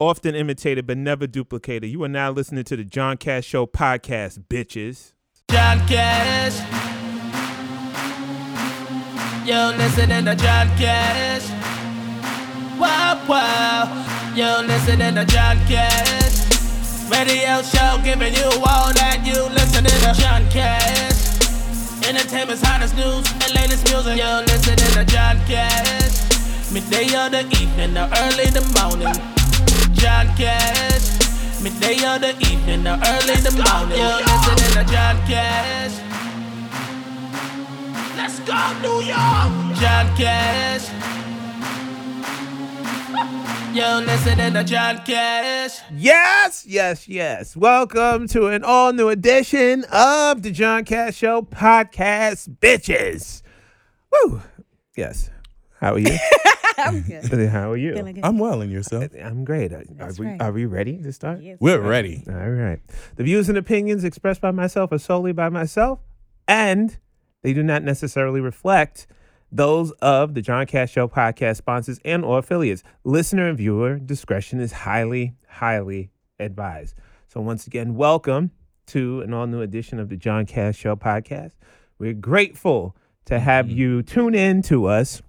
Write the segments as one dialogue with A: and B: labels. A: often imitated but never duplicated. You are now listening to the John Cash Show podcast, bitches.
B: John Cash. You listening to John Cash. Wow, wow. You listening to John Cash. Radio show giving you all that you listening to John Cash. Entertainment's hottest news and latest music. You listening to John Cash. Midday or the evening or early the morning. John Cash. Midday or the evening or early the morning. You listening to John Cash. Let's go, New York! John Cash. You listening to John Cash.
A: Yes, yes, yes. Welcome to an all new edition of the John Cash Show podcast, bitches. Woo. Yes. How are you?
C: I'm good.
A: How are you?
C: Feeling good.
D: I'm well in yourself.
A: I'm great. Are, are we,
C: right.
A: are we ready to start?
C: Yes.
D: We're ready.
A: All right. The views and opinions expressed by myself are solely by myself, and they do not necessarily reflect those of the John Cash Show podcast sponsors and or affiliates. Listener and viewer discretion is highly, highly advised. So once again, welcome to an all new edition of the John Cash Show podcast. We're grateful to have you tune in to us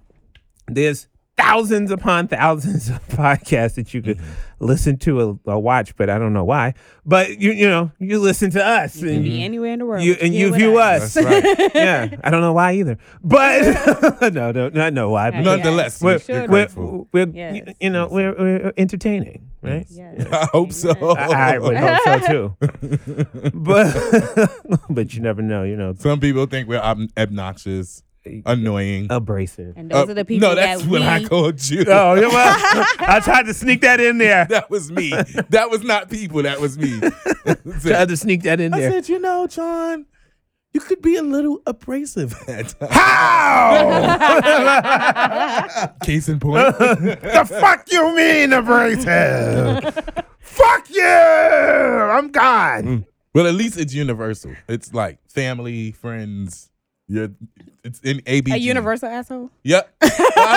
A: there's thousands upon thousands of podcasts that you could
D: Mm-hmm.
A: listen to or, or watch, but I don't know why. But you you know you listen to us and
D: Mm-hmm.
C: Be anywhere in the world.
A: you and
C: Here
A: you
C: with
A: view
C: us.
A: us.
D: That's right.
A: yeah, I don't know why either. But no, no, no, I know why. but
C: Yeah.
D: Nonetheless,
A: We're,
C: Yes, we
D: we're
C: should.
A: we're,
D: grateful.
A: we're-
C: Yes.
A: you know we're, we're entertaining, right?
C: Yes.
D: I hope so.
A: I, I would hope so too. but but you never know. You know,
D: Some people think we're ob- obnoxious, annoying.
A: abrasive.
C: And those
D: Uh,
C: are the people
D: No, that's
C: that
D: what
C: we,
D: I called you.
A: Oh, yeah, well, I tried to sneak that in there.
D: That was me. that was not people. That was me.
A: Tried to sneak that in
D: I
A: there.
D: said, you know, John, you could be a little abrasive at times.
A: How?
D: Case in point.
A: the fuck you mean abrasive? fuck you! I'm gone.
D: well, at least it's universal. It's like family, friends. You're, it's in ABG.
C: a universal asshole.
D: Yep. I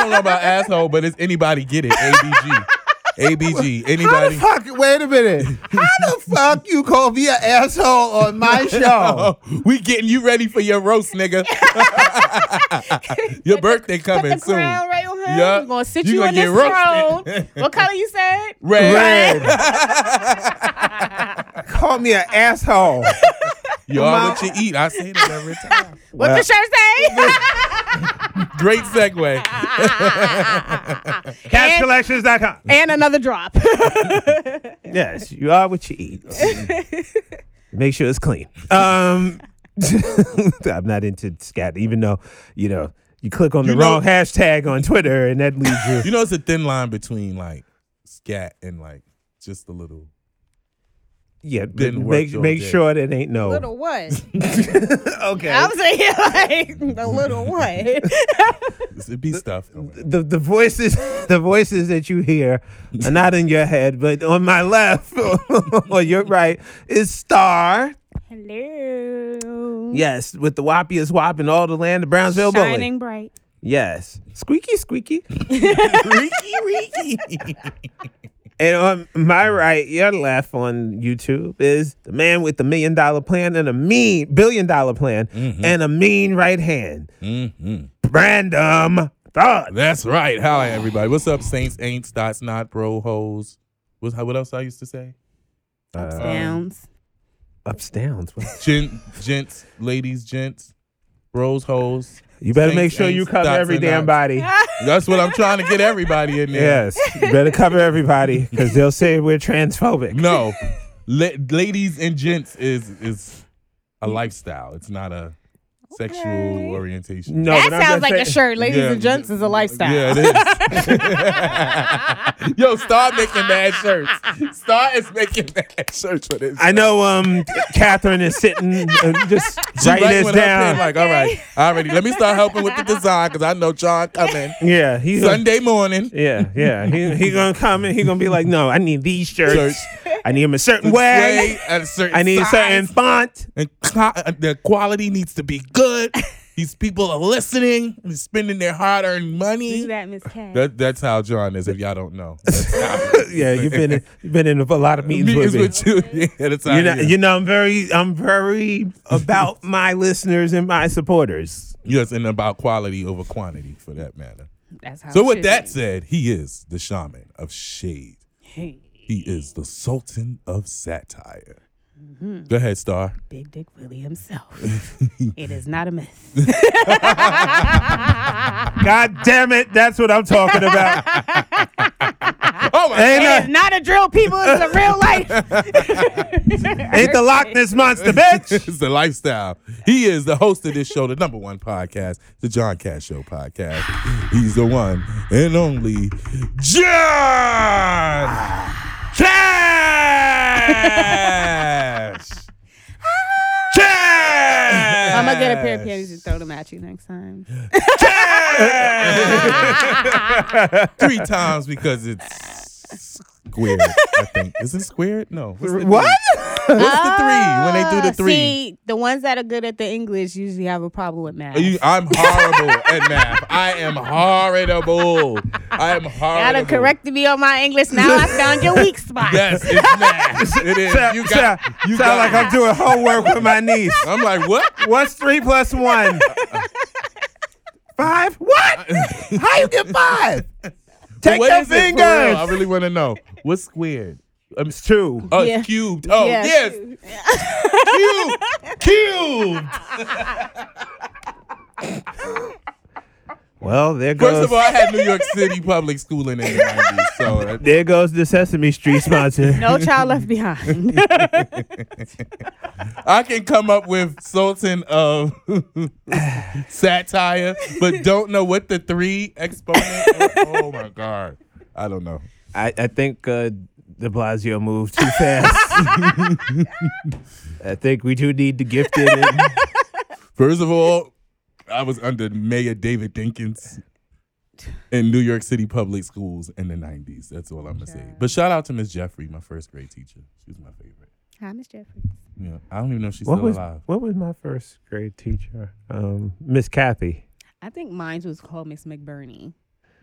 D: don't know about asshole, but it's anybody get it. ABG. ABG.
A: How the
D: Anybody.
A: fuck? Wait a minute. How the fuck you call me an asshole on my show?
D: Oh, we getting you ready for your roast, nigga. your birthday coming
C: Put the
D: soon.
C: crown right on him.
D: Yeah.
C: We're gonna sit
D: You
C: you,
D: gonna
C: in
D: get
C: this
D: roasted.
C: throne. what color you said?
D: Red.
A: call me an asshole.
D: You are what you eat. I say that every time.
C: What the shirt say?
D: Great segue.
A: Cashcollections.com.
C: and another drop.
A: Yes, you are what you eat. Make sure it's clean. Um, I'm not into scat, even though you know you click on the
D: You know-
A: wrong hashtag on Twitter and that leads you.
D: You know, it's a thin line between like scat and like just a little.
A: Yeah, but
D: Didn't work
A: make
D: the other
A: make
D: day.
A: sure that ain't no.
C: little what?
A: okay.
C: I'm saying like the little what?
D: It'd be stuff.
A: the the voices the voices that you hear are not in your head, but on my left or your right is Star.
C: Hello.
A: Yes, with the whoppiest whop in all the land of Brownsville Bully.
C: Shining bright.
A: Yes, squeaky squeaky.
D: Reeky, reeky.
A: And on my right, your left on YouTube is the man with the million dollar plan and a mean billion dollar plan
D: Mm-hmm.
A: and a mean right hand. Brandom Thought.
D: That's right. Hi, everybody. What's up, Saints, Aints, Dots, Not, Bro, Hoes? What, what else I used to say? Uh,
C: Ups, downs.
A: Ups downs.
D: Gent, gents, ladies, gents, bros, hoes.
A: You better
D: Saints,
A: make sure you
D: ain'ts,
A: cover
D: dots,
A: every
D: and
A: damn
D: dots.
A: body.
D: That's what I'm trying to get everybody in there.
A: Yes, you better cover everybody because they'll say we're transphobic.
D: No, La- ladies and gents is is a lifestyle. It's not a sexual
C: Okay.
D: orientation.
A: No,
C: that
A: but I'm
C: sounds
A: just
C: like a
A: saying-
C: shirt. Ladies
D: Yeah.
C: and gents is a lifestyle.
D: Yeah, it is. Yo, start making mad shirts. Star is making mad shirts for this.
A: I know. Um, Catherine is sitting, uh, just
D: She
A: writing
D: writing
A: this
D: with her pen,
A: down.
D: like, all right, already. Let me start helping with the design because I know John coming
A: yeah, he's
D: Sunday morning.
A: Yeah, yeah. He he gonna come and he gonna be like, no, I need these shirts. I need them a certain way.
D: Way at a certain
A: I need a
D: size. uh,
A: certain font.
D: And co- the quality needs to be good. These people are listening and spending their hard-earned
C: Do
D: money.
C: that, Miss Cat.
D: That, that's how John is. If y'all don't know, that's how
A: yeah, you've been in, you've been in a lot of meetings,
D: meetings
A: with me.
D: with you. Yeah, that's how
A: you
D: you
A: know, you know, I'm very, I'm very about my listeners and my supporters.
D: Yes, and about quality over quantity, for that matter.
C: That's how.
D: So
C: it
D: with
C: should
D: that
C: be.
D: said, he is the shaman of shade. He is the sultan of satire. Go ahead, Star.
C: Big Dick Willie himself. it is not a myth.
A: God damn it, that's what I'm talking about.
D: Oh my
A: Ain't
C: It is
A: a-
C: not a drill, people. It's a real life.
A: Ain't the Loch Ness monster, bitch.
D: it's the lifestyle. He is the host of this show, the number one podcast, the John Cash Show podcast. He's the one and only John Cash. Cash.
C: I'm gonna get a pair of panties and throw them at you next time.
D: three times because it's squared. I think is it squared? No. What's the
A: What?
D: Three? What's the three? When they do the
C: Ah,
D: three.
C: See, the ones that are good at the English usually have a problem with math.
D: Are Oh, you- I'm horrible at math. I am horrible. I am
C: Y'all
D: horrible.
C: done corrected me on my English. Now I found your weak spot.
D: Yes, it's math. It is.
A: Sound,
D: You got.
A: sound-
D: You
A: sound like
D: got.
A: I'm doing homework with my niece.
D: I'm like what?
A: What's three plus one? Five? What? How you get five? Take
D: What
A: your
D: is it? For real, I
A: fingers.
D: really want to know. What's squared? Um,
A: It's two.
D: oh,
C: Yeah.
D: it's cubed. Oh,
C: Yeah.
D: yes. Cubed. Cubed.
A: Well, there goes.
D: First of all, I had New York City public schooling in the 90s, so that-
A: there goes the Sesame Street sponsor.
C: No child left behind.
D: I can come up with Sultan of satire, but don't know what the three exponent. Oh my god, I don't know.
A: I, I think uh, De Blasio moved too fast. I think we do need the gifted. And,
D: First of all, I was under Mayor David Dinkins in New York City public schools in the '90s. That's all I'm gonna say. But shout out to Miss Jeffrey, my first grade teacher. She was my favorite.
C: Hi, Miss Jeffrey.
D: Yeah, I don't even know if she's
A: what
D: still
A: was
D: alive.
A: what was my first grade teacher? Um, Miss Kathy.
C: I think mine was called Miss McBurney.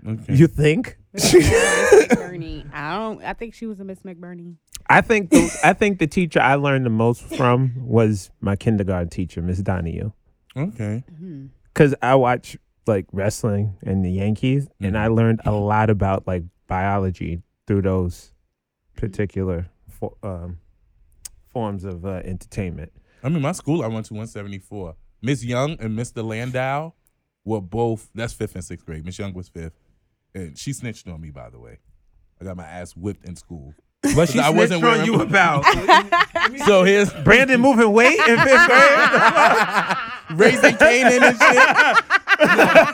D: Okay.
A: You think?
C: Miss McBurney. I don't. I think she was a Miss McBurney.
A: I think the, I think the teacher I learned the most from was my kindergarten teacher, Miss Donahue,
D: okay.
A: because I watch like wrestling and the Yankees, and I learned a lot about like biology through those particular fo- um, forms of uh, entertainment.
D: I mean, my school I went to 174. Miss Young and Mr. Landau were both, that's fifth and sixth grade. Miss Young was fifth. And she snitched on me, by the way. I got my ass whipped in school. But she I wasn't wearing,
A: about
D: So here's
A: Brandon moving weight in fifth grade.
D: raising Canaan and shit.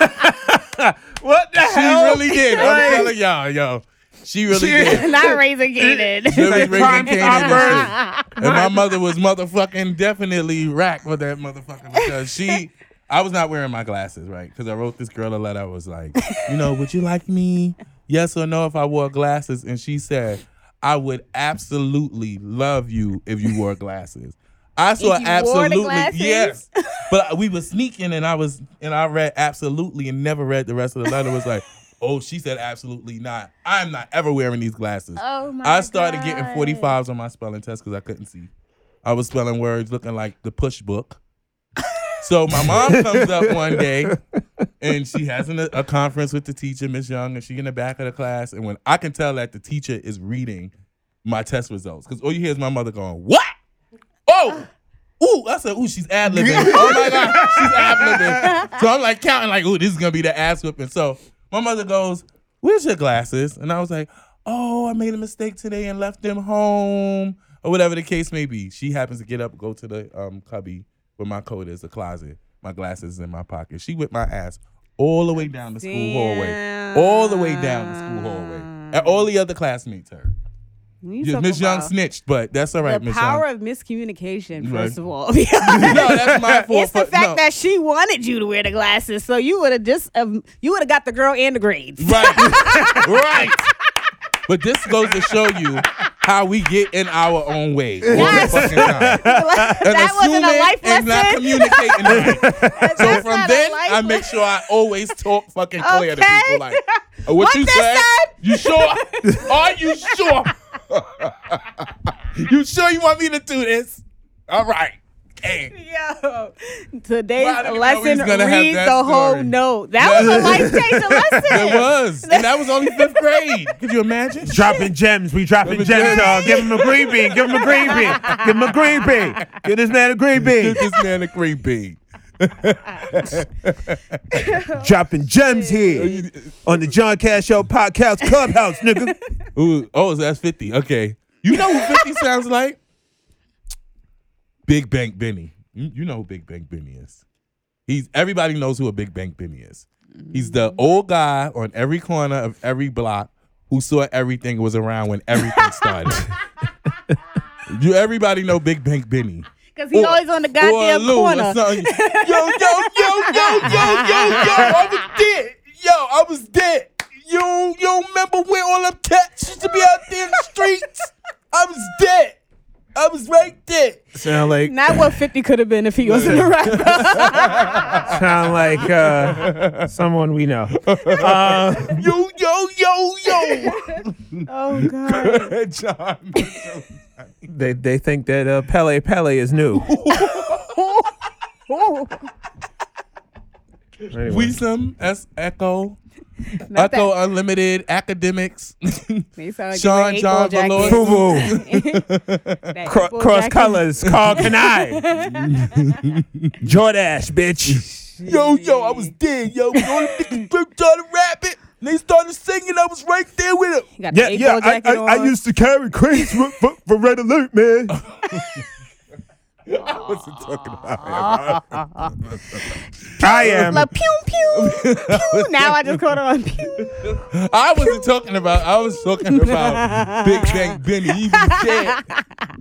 A: What the
D: She
A: hell?
D: really did.
A: Like-
D: I'm telling y'all, yo. She really did.
C: Not raising Gated.
D: She was
A: like
D: raising
A: crime
D: Canaan and
A: stoppers.
D: shit. And my mother was motherfucking definitely racked with that motherfucker because she. I was not wearing my glasses, right? Because I wrote this girl a letter. I was like, you know, would you like me? Yes or no if I wore glasses? And she said, I would absolutely love you if you wore glasses. I saw
C: you wore the
D: absolutely
C: glasses?
D: yes, but we were sneaking, and I was and I read absolutely and never read the rest of the letter. It was like, oh, she said absolutely not. I'm not ever wearing these glasses.
C: Oh my
D: I started
C: God.
D: getting 45s on my spelling test because I couldn't see. I was spelling words looking like the push book. So my mom comes up one day and she has an, a conference with the teacher, Miss Young, and she in the back of the class. And when I can tell that the teacher is reading my test results, because all you hear is my mother going, "What? Oh, ooh!" I said, "Ooh, she's ad libbing. oh my god, she's ad libbing." So I'm like counting, like, "Ooh, this is gonna be the ass whipping." So my mother goes, "Where's your glasses?" And I was like, "Oh, I made a mistake today and left them home." Or whatever the case may be, she happens to get up, go to the um, cubby where my coat is, the closet, my glasses is in my pocket. She whipped my ass all the way down the school hallway, all the way down the school hallway, and all the other classmates her.
C: You
D: Yeah,
C: talk
D: Miss Young
C: about
D: snitched, but that's all right,
C: the
D: Miss
C: power
D: Young.
C: of miscommunication,
D: Right.
C: first of all.
D: no, that's my fault.
C: It's the
D: but
C: fact
D: no.
C: that she wanted you to wear the glasses, so you would have just um, you would have got the girl and the grades.
D: Right. right. But this goes to show you how we get in our own way. all the
C: Yes.
D: fucking time. And
C: that wasn't a
D: assuming
C: life
D: and not
C: lesson.
D: communicating right. So
C: That's
D: from
C: not a
D: then,
C: life
D: I make sure I always talk fucking clear to
C: Okay.
D: people. Like, "Uh, what,
C: What
D: you
C: they
D: said?
C: said?
D: You sure? Are you sure? you sure you want me to do this? All right. Okay.
C: Yo, today's
D: Well, I didn't know we was
C: lesson
D: gonna have
C: read the
D: that
C: whole
D: story.
C: note. That was a life changing lesson.
D: It was, and that was only fifth grade. Could you imagine?
A: Dropping gems. We dropping
D: Dropping
A: gems,
D: gems.
A: y'all. Give him a green bean. Give him a green bean. Give him a green bean. Give this man a green bean.
D: Give this man a green bean.
A: Dropping gems here on the John Cash Show podcast clubhouse, nigga.
D: Ooh, oh, so that's 50. Okay. You know who 50 sounds like? Big Bank Benny. You, you know who Big Bank Benny is. He's everybody knows who a Big Bank Benny is. He's
A: Mm.
D: the old guy on every corner of every block who saw everything was around when everything started. you everybody know Big Bank Benny.
C: Because he's
D: Or-
C: always on the
D: or
C: goddamn
D: Lou or
C: corner.
D: something. yo, yo, yo, yo, yo, yo, yo, yo, I was dead. Yo, I was dead. You, don't- you don't remember when all them cats used to be out there in the streets? I was dead. I was right there.
A: Sound like
C: Not what 50 could have been if he wasn't a rapper.
A: sound like uh, someone we know. Uh,
D: Yo, yo, yo, yo.
C: oh, God.
D: John.
A: they they think that uh, Pele Pele is new.
C: Ooh,
A: Anyway.
D: Weesum, S. Echo,
C: not
D: Echo
C: that.
D: Unlimited, Academics,
C: They sound like
D: uh, Sean
C: Sean
D: John
C: John
D: Valor.
C: Valor.
A: Fubu, cro- cross colors, Carl Kanai, Jordash, bitch.
D: Yo, yo, I was dead, yo. When all the niggas started rapping, and they started singing, I was right there with them.
C: Got the yeah, jacket on.
A: to carry crates for, for, for Red Alert, man.
D: I wasn't talking about him.
A: I am.
C: Like, pew, pew, pew. Now I just caught on. Pew.
D: I wasn't talking about. I was talking about Big Bang Benny. He was dead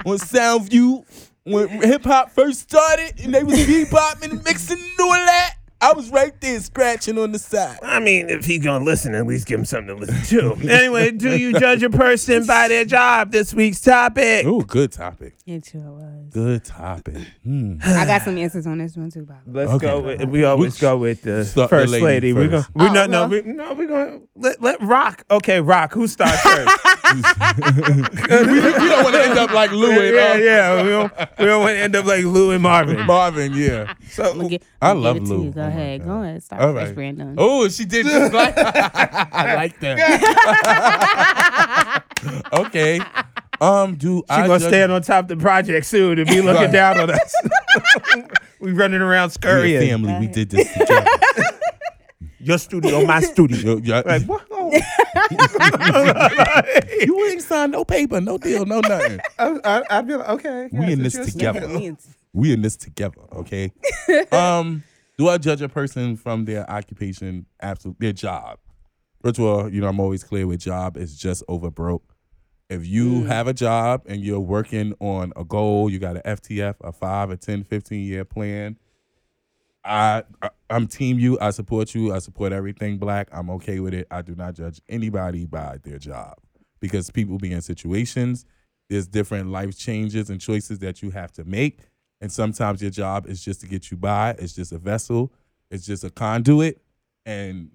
D: on Soundview when hip hop first started, and they was bebopping and mixing and all that. I was right there scratching on the side.
A: I mean, if he's gonna listen, at least give him something to listen to. anyway, do you judge a person by their job? This week's topic.
D: Oh, good topic.
C: It sure was.
D: Good topic.
C: I got some answers on this one, too, Bob.
A: Let's
D: Okay.
A: go with. We always
D: Which-
A: go with the
D: Start the
A: first
D: lady
A: lady. We're gonna.
D: first.
A: We
C: Oh,
A: no no
C: well.
A: we, no. We're gonna let let rock. Okay, rock. Who starts first?
D: we, we don't want to end up like Lou and
A: yeah
D: um,
A: yeah. We don't, we don't want to end up like Lou and
D: Mm-hmm.
A: Marvin.
D: Marvin. Yeah.
A: So
D: I love Lou.
C: Go
D: Oh my
C: ahead.
D: God.
C: Go ahead. Start
D: All
C: first,
D: right.
C: Brandon.
D: Oh, she did just like I like that. okay. Um, do
A: She
D: I
A: gonna
D: judge-
A: stand on top of the project soon and be looking
D: Right.
A: down on us. we running around
D: We a
A: scurrying.
D: family. We did this together.
A: Your studio, my studio.
D: Yo, y'all-
A: like what?
D: you ain't signed no paper, no deal, no nothing.
A: I, I, I'd be like, okay.
D: we in
A: yes,
D: this
A: it's your
D: together.
C: Means-
D: we in this together, okay? um, do I judge a person from their occupation, absolute their job? First of all, you know, I'm always clear with job is just over broke. If you have a job and you're working on a goal, you got an FTF, a five, a 10, 15 year plan. I, I I'm team you. I support you. I support everything black. I'm okay with it. I do not judge anybody by their job because people be in situations. There's different life changes and choices that you have to make, and sometimes your job is just to get you by. It's just a vessel. It's just a conduit, and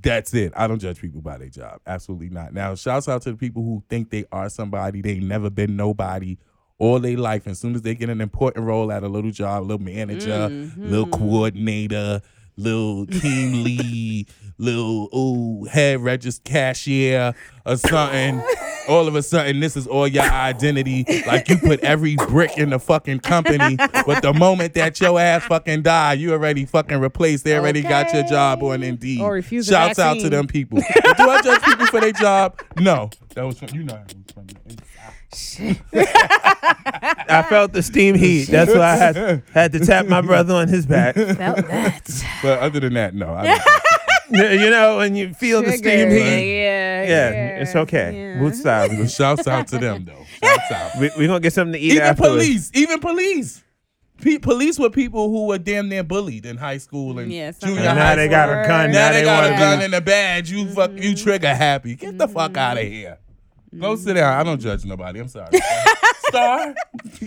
D: that's it. I don't judge people by their job. Absolutely not. Now, shouts out to the people who think they are somebody they never been nobody all their life. And as soon as they get an important role at a little job, little manager,
C: Mm. Hmm.
D: little coordinator, little team lead, little ooh, head register cashier or something. All of a sudden, this is all your identity. Like you put every brick in the fucking company, but the moment that your ass fucking die, you already fucking replaced. They already got your job on Indeed.
C: Or refuse a
D: Shouts out to
C: vaccine.
D: them people. But do I judge people for their job? No. That was from, you know. That was from the inside.
A: I felt the steam heat. That's why I had, had to tap my brother on his back.
C: Felt that.
D: But other than that, no. I don't
A: you know, when you feel the steam
C: Triggered.
A: heat.
C: Yeah,
A: Yeah,
C: yeah,
A: it's okay.
C: yeah.
A: We'll stop.
D: So shouts out to them though. Shouts out.
A: We, we're going to get something to eat
D: even
A: afterwards.
D: police, even police. Pe- police were people who were damn near bullied in high school and
C: Yeah, some
D: junior
A: And now
D: high
A: they
D: school.
A: got a gun.
D: now,
A: Now
D: they,
A: they
D: got Mm-hmm. a
A: wanna
D: gun
A: be-
D: and
C: Mm-hmm.
D: a badge. You fuck, you trigger happy. Get the fuck out of here. Go sit down. I don't judge nobody. I'm sorry. Star.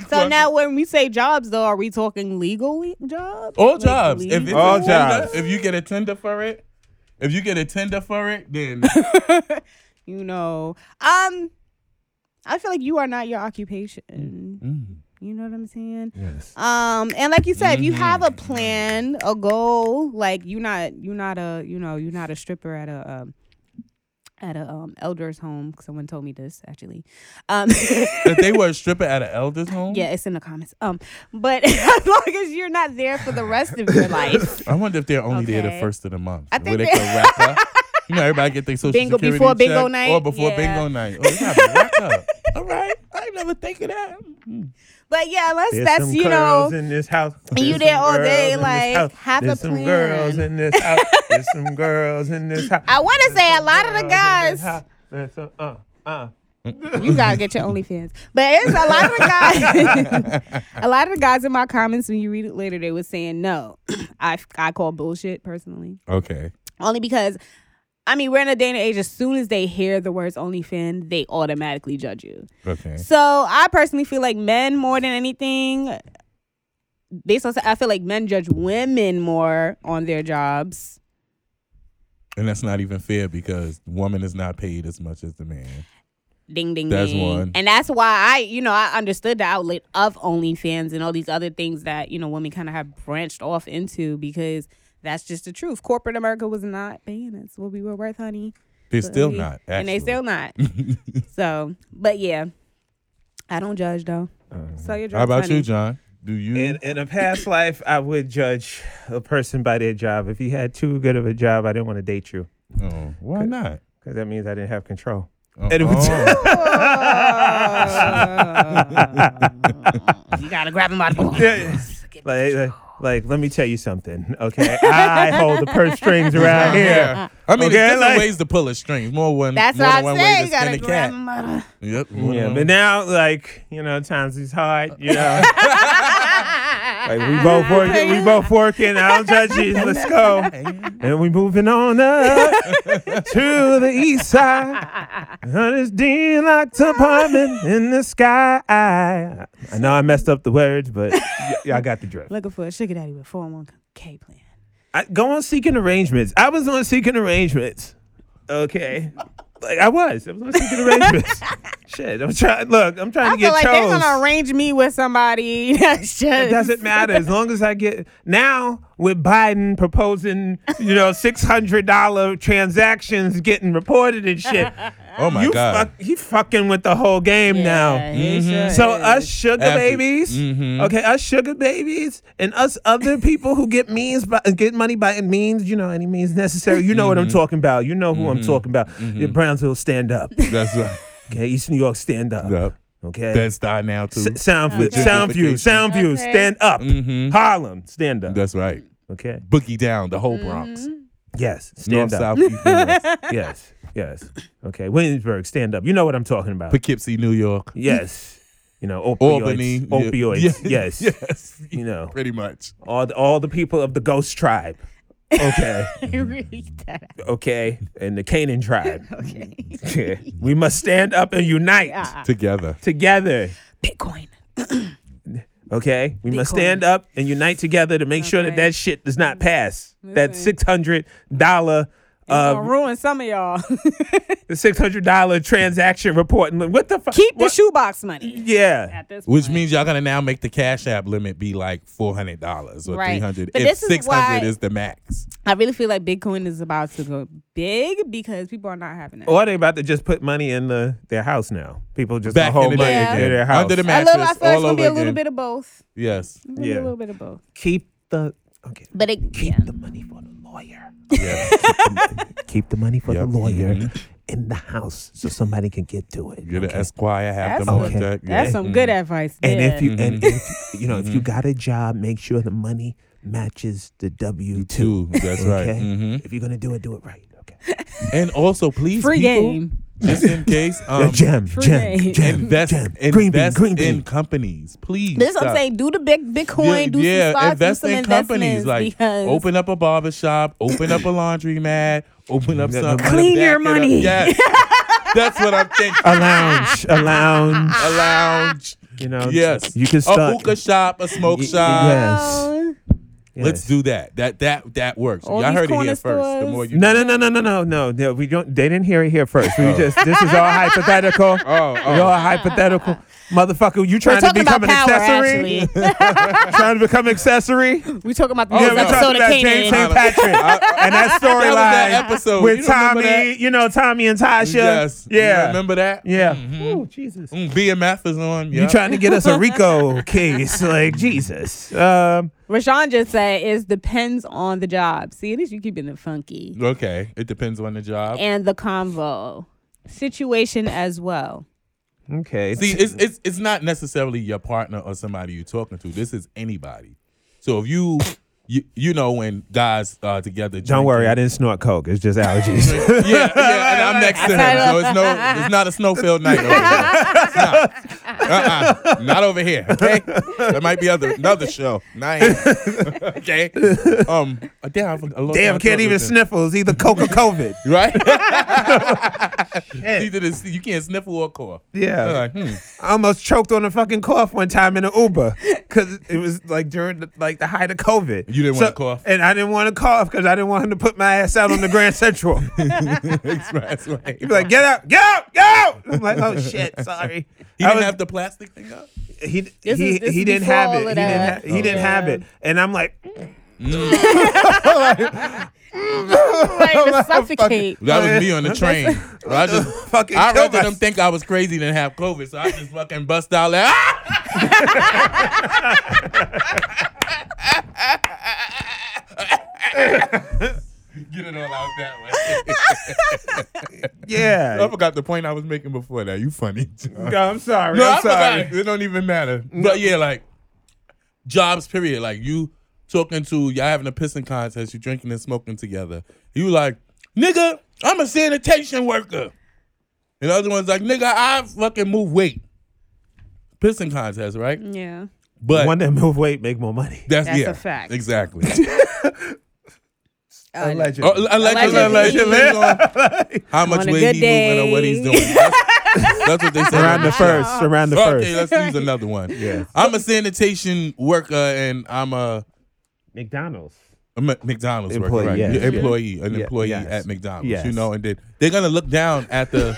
C: So now, when we say jobs, though, are we talking legal le- jobs?
D: all
C: Like,
D: jobs. If it's
C: legal?
A: All
D: a tender,
A: jobs.
D: if you get a tender for it, if you get a tender for it, then
C: you know, um, I feel like you are not your occupation. You know what I'm saying?
A: Yes.
C: Um, and like you said, if you have a plan, a goal, like you're not, you're not a, you know, you're not a stripper at a, um, at a um, elder's home. Someone told me this actually. Um,
D: that they were a stripper at an elder's home.
C: yeah, it's in the comments. Um, but as long as you're not there for the rest of your life,
D: I wonder if they're only there the
C: Okay.
D: first of the month.
C: I
D: where
C: think
D: they can rack up. You know, everybody get their social
C: Bingo
D: security
C: before bingo
D: check
C: night?
D: or before
C: Yeah.
D: bingo night. Oh, they have a rack up. All right, I ain't never think of that. Hmm.
C: but yeah, unless
A: There's
C: that's
A: some
C: you know,
A: girls in this house.
C: you
A: There's
C: there
A: some
C: all
A: girls
C: day,
A: in this
C: like,
A: house.
C: have a
A: There's some girls
C: plan.
A: in this house. There's some girls in this house.
C: I want to say a lot of the
A: Girls in this
C: guys.
A: house. There's some- uh, uh.
C: You gotta get your OnlyFans. But it's a lot of the guys. a lot of the guys in my comments when you read it later, they were saying no. I I call bullshit personally,
D: Okay.
C: only because. I mean, we're in a day and age. As soon as they hear the words OnlyFans, they automatically judge you.
D: Okay.
C: So I personally feel like men more than anything. Based on, I feel like men judge women more on their jobs.
D: And that's not even fair because the woman is not paid as much as the man.
C: Ding ding
D: That's
C: ding.
D: one.
C: And that's why I, you know, I understood the outlet of OnlyFans and all these other things that, you know, women kind of have branched off into because that's just the truth. Corporate America was not paying us what we were worth, honey.
D: They're still
C: But-
D: not. Actually.
C: And they still not. so, but yeah. I don't judge though. So you're
D: Uh-huh. How about you, John? Do you?
A: In, in a past life, I would judge a person by their job. If you had too good of a job, I didn't want to date you
D: oh, why not?
A: because that means I didn't have control.
D: Oh,
A: And it was-
D: oh.
C: you gotta grab him by the balls.
A: Like, like, like, let me tell you something, okay? I hold the purse strings around here.
D: I mean,
A: Okay,
D: there's different
A: like-
D: ways to pull a string. More one.
C: That's
D: more
C: what
D: than
C: I'm
D: one Way
C: saying. You
D: to skin
C: gotta
D: a cat.
C: grab him by the
D: Yep. more
A: Yeah,
D: than
A: but
D: one-
A: now, like, you know, times is hard, you know? like, we both working, we both working. I'll judge you. Let's go. And we moving on up to the east side. On this D locked apartment in the sky. I know I messed up the words, but y- y'all got the drift.
C: Looking for a sugar daddy with 401k plan.
A: I, go on seeking arrangements. I was on seeking arrangements. Okay. Like I was. I was on seeking arrangements. Shit. I'm trying look, I'm trying
C: I
A: to get
C: feel like
A: chose.
C: they're gonna arrange me with somebody. That's just
A: it doesn't matter as long as I get now with Biden proposing, you know, six hundred dollar transactions getting reported and shit.
D: Oh my
A: you
D: God.
A: fuck, he fucking with the whole game now. So us sugar
D: After-
A: babies,
D: Mm-hmm.
A: okay, us sugar babies, and us other people who get means by get money by means, you know, any means necessary. You know what I'm
D: Mm-hmm.
A: talking about. You know who I'm talking about. Your Brownsville stand up,
D: That's right.
A: okay, East New York stand up,
D: Yep.
A: okay.
D: That's die now too.
A: S- mm-hmm. sound view,
D: Okay.
A: sound view, sound view,
C: Okay.
A: stand up.
D: Mm-hmm.
A: Harlem, stand up.
D: That's right.
A: Okay.
D: Boogie down the whole Bronx.
C: Mm-hmm.
A: Yes, stand
D: North,
A: up.
D: South, East, West.
A: Yes, yes. Okay, Williamsburg, stand up. You know what I'm talking about.
D: Poughkeepsie, New York.
A: Yes. You know, opioids.
D: Albany. Yeah.
A: Opioids.
D: Yeah.
A: Yes.
D: Yes.
A: You know,
D: Pretty much.
A: all the, all the people of the ghost tribe. Okay.
C: okay.
A: okay. And the Canaan tribe. Yeah. We must stand up and unite
D: Together.
A: together.
C: Bitcoin.
A: Okay. We must
C: Bitcoin.
A: stand up and unite together to make sure that
C: Okay.
A: that shit does not pass. That
C: Listen.
A: $600 uh,
C: gonna ruin some of y'all.
A: the six hundred dollar transaction report and what the fuck?
C: Keep the shoebox money.
A: yeah,
C: At this point.
D: Which means y'all gonna now make the Cash App limit be like four hundred dollars or
C: Right.
D: three hundred.
C: But
D: If
C: this is
D: six
C: why-
D: hundred is the max.
C: I really feel like Bitcoin is about to go big because people are not having it.
A: or Oh, they about to just put money in the their house now. People just
D: Back
A: hold
D: in the
A: money
D: day
C: Yeah.
A: in
D: again.
A: their house.
D: Under the
C: I love.
D: mattress.
C: I feel like it's
D: All
C: gonna
D: over
C: be a little
D: again.
C: bit of both.
D: Yes.
C: It's gonna be
A: Yeah.
C: A little bit of both.
A: keep the okay.
C: But it,
A: Keep
C: yeah.
A: the money for the lawyer.
D: Yeah.
A: Keep the money for
D: Yep.
A: the lawyer
D: Mhm.
A: in the house so somebody can get to it.
D: You're the
A: okay?
D: Esquire. Have
C: That's,
D: them on
C: some-
D: deck.
C: that's
D: Yeah.
C: some good advice.
A: Mm-hmm. And
C: there.
A: if you
D: Mm-hmm.
A: and if, you know if you got a job, make sure the money matches the W two.
D: Two. Mm-hmm. That's right.
A: Okay,
D: hmm
A: if you're gonna do it, do it right. Okay,
D: And also, please,
C: free
D: people,
C: game,
D: just in case,
A: Yeah,
D: um,
A: gem,
C: True
A: gem,
C: name.
A: gem,
D: invest,
A: gem.
D: invest
A: green bean, green bean.
D: in companies, please.
C: this is what I'm
D: stop.
C: saying. Do the big Bitcoin. do some stocks. do some investments
D: Like
C: because
D: open up a barber shop, open up a laundromat, open up
A: Yeah,
D: some
A: the money-
C: Clean
D: back it
C: your
D: up.
C: money.
D: Yes. That's what I'm thinking.
A: a lounge, a lounge.
D: A lounge.
A: You know,
D: Yes.
A: you can
D: a
A: start.
D: hookah shop, a smoke
A: Y-
D: shop.
A: yeah. Yes.
C: Oh,
D: Let's do that. That that that works.
C: All
D: Y'all
C: these
D: heard it
C: corner
D: here first. The
C: stores.
D: more you
A: No, no, no, no, no, no, no, no. We don't. They didn't hear it here first. We
D: Oh.
A: just. This is all hypothetical.
D: Oh, oh.
A: You're all hypothetical, motherfucker. You
C: We're
A: trying to
C: talking
A: become an
C: about power,
A: accessory?
C: actually.
A: trying to become accessory?
C: We're talking about the
D: Oh,
A: Yeah,
C: next
A: we're
D: no.
A: talking
C: episode of
A: about James
C: Canaan.
A: St. Patrick and that
D: was that
A: storyline
D: episode.
A: with
D: You don't remember
A: Tommy.
D: that?
A: You know, Tommy and Tasha.
D: Mm, Yes. You
A: Yeah.
D: remember that?
A: Yeah.
D: Mhm.
A: Ooh, Jesus.
D: Mm, BMF is on.
A: You
D: yeah.
A: trying to get us a Rico case? Like Jesus. Um,
C: Rashawn just said is depends on the job. See, at least you keeping it funky.
D: Okay. It depends on the job.
C: And the convo. Situation as well.
A: okay.
D: See, it's it's it's not necessarily your partner or somebody you're talking to. This is anybody. So if you you, you know when guys are together.
A: don't worry, I
D: drinking-
A: didn't snort coke. It's just allergies.
D: Yeah, yeah, and I'm next to him, so it's no, it's not a snowfield night. Over here. It's not. Uh-uh, not over here. Okay, there might be other another show. Not here. okay. Um, damn, I forgot- I lost
A: Damn,
D: my
A: can't
D: thought
A: even
D: with this.
A: sniffle. It's either coke or COVID.
D: Right? Either this, you can't sniffle or cough. They're
A: Yeah.
D: Like, hmm.
A: I almost choked on a fucking cough one time in an Uber because it was like during the, like the height of COVID.
D: You didn't wanna cough?
A: and I didn't want to cough because I didn't want him to put my ass out on the Grand Central. He'd
D: That's right. That's right.
A: be like, "Get out, get out, get out!" I'm like, "Oh shit, sorry."
D: he
A: I
D: didn't
A: was-
D: have the plastic thing up.
A: he
C: This
A: he,
C: is- this
A: he
C: is
A: didn't
C: before
A: have
C: all
A: it.
C: of
A: He didn't,
C: that.
A: ha- he didn't have it, and I'm like,
C: Like to suffocate.
D: That was me on the train. I just
A: Fucking
D: I
A: kill
D: rather them
A: myself.
D: think I was crazy than have COVID, so I just fucking bust out like ah! Get it all out that way. I
A: "Yeah,
D: forgot the point I was making before that. You funny. John.
A: no, I'm sorry,
D: No, I
A: I'm
D: forgot.
A: sorry."
D: It don't even matter. But yeah, like jobs, period. Like you talking to y'all having a pissing contest, you drinking and smoking together. You like, nigga, I'm a sanitation worker. And the other one's like, nigga, I fucking move weight. Pissing contest, right?
C: Yeah.
D: But
A: One that move weight, make more money.
D: that's,
C: That's
D: yeah,
C: a fact.
D: Exactly.
A: Allegedly.
D: Oh, allegedly,
C: Allegedly.
D: depends on how much
C: On a
D: weight
C: good
D: he moving or what he's
C: day.
D: doing. That's, that's what they said.
A: around
D: on
A: the
D: show.
A: first, around the
D: Okay,
A: first.
D: let's use another one. Yeah, I'm a sanitation worker and I'm a,
A: McDonald's.
D: a Mc- McDonald's
A: Employee,
D: worker, right?
A: yes.
D: You're employee, an
A: Yeah,
D: employee
A: yes.
D: at McDonald's. You
A: Yes.
D: know, and then they're gonna look down at the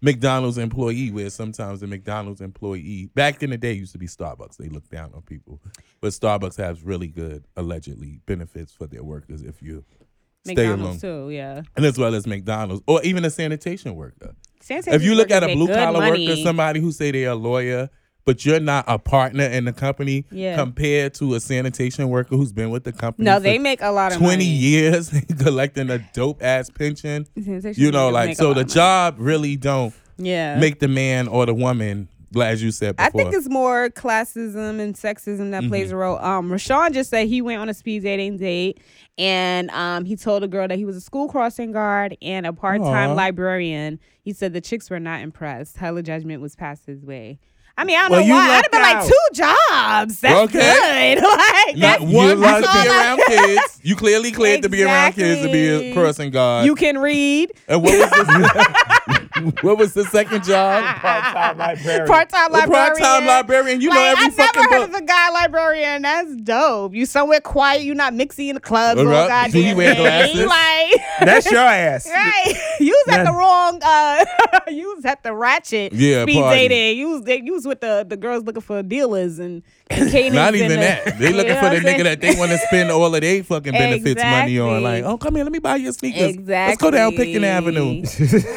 D: McDonald's employee, where sometimes the McDonald's employee back in the day used to be Starbucks. They look down on people, but Starbucks has really good allegedly benefits for their workers if you stay alone,
C: McDonald's too, yeah.
D: and as well as McDonald's or even a sanitation worker
C: Sanitation
D: if you look
C: workers
D: at a
C: make
D: blue
C: good
D: collar
C: money.
D: worker, somebody who say they're a lawyer, but you're not a partner in the company,
C: Yeah.
D: compared to a sanitation worker who's been with the company
C: No,
D: for
C: they make a lot of
D: 20
C: money.
D: years collecting a dope ass pension.
C: Sanitation
D: You know,
C: workers
D: like
C: make a
D: so
C: lot
D: the
C: of money.
D: job really don't
C: Yeah.
D: make the man or the woman, as you said before. Mm-hmm.
C: I think it's more classism and sexism that plays a role. Um, Rashawn just said he went on a speed dating date, and um, he told a girl that he was a school crossing guard and a part-time
D: Aw.
C: librarian. He said the chicks were not impressed. Hella judgment was passed his way. I mean, I don't
A: Well,
C: know
A: you
C: why. I'd have been
A: lucked
C: like
A: out.
C: two jobs. That's
D: Okay.
C: good.
D: not
C: like that's,
D: one you
A: like
D: to be
C: it.
D: around kids. You clearly cleared to be around kids to be a
C: Exactly.
D: crossing guard.
C: you can read
D: and what was this? what was the second job?
A: Part-time librarian.
C: part-time
D: A
C: librarian.
D: Part-time librarian. You know
C: Like,
D: every
C: I've
D: fucking
C: never
D: book.
C: heard of a guy librarian. That's dope. You somewhere quiet. You not mixing in the clubs.
D: All
C: All
D: right.
C: goddamn
D: Do you wear
C: day.
D: glasses?
C: Like,
A: That's your ass.
C: right? You was at
A: Yeah.
C: the wrong. Uh, you was at the ratchet.
D: Yeah,
C: speed
D: party.
C: dating. You was you was with the, the girls looking for dealers and, and cadence
D: Not
C: and
D: even
C: the-
D: that. They looking
C: You know
D: for the
C: what I'm
D: nigga that they want to spend all of their fucking benefits money on.
C: Exactly.
D: Like, oh, come here, let me buy you sneakers.
C: Exactly.
D: Let's go down Pickin Avenue.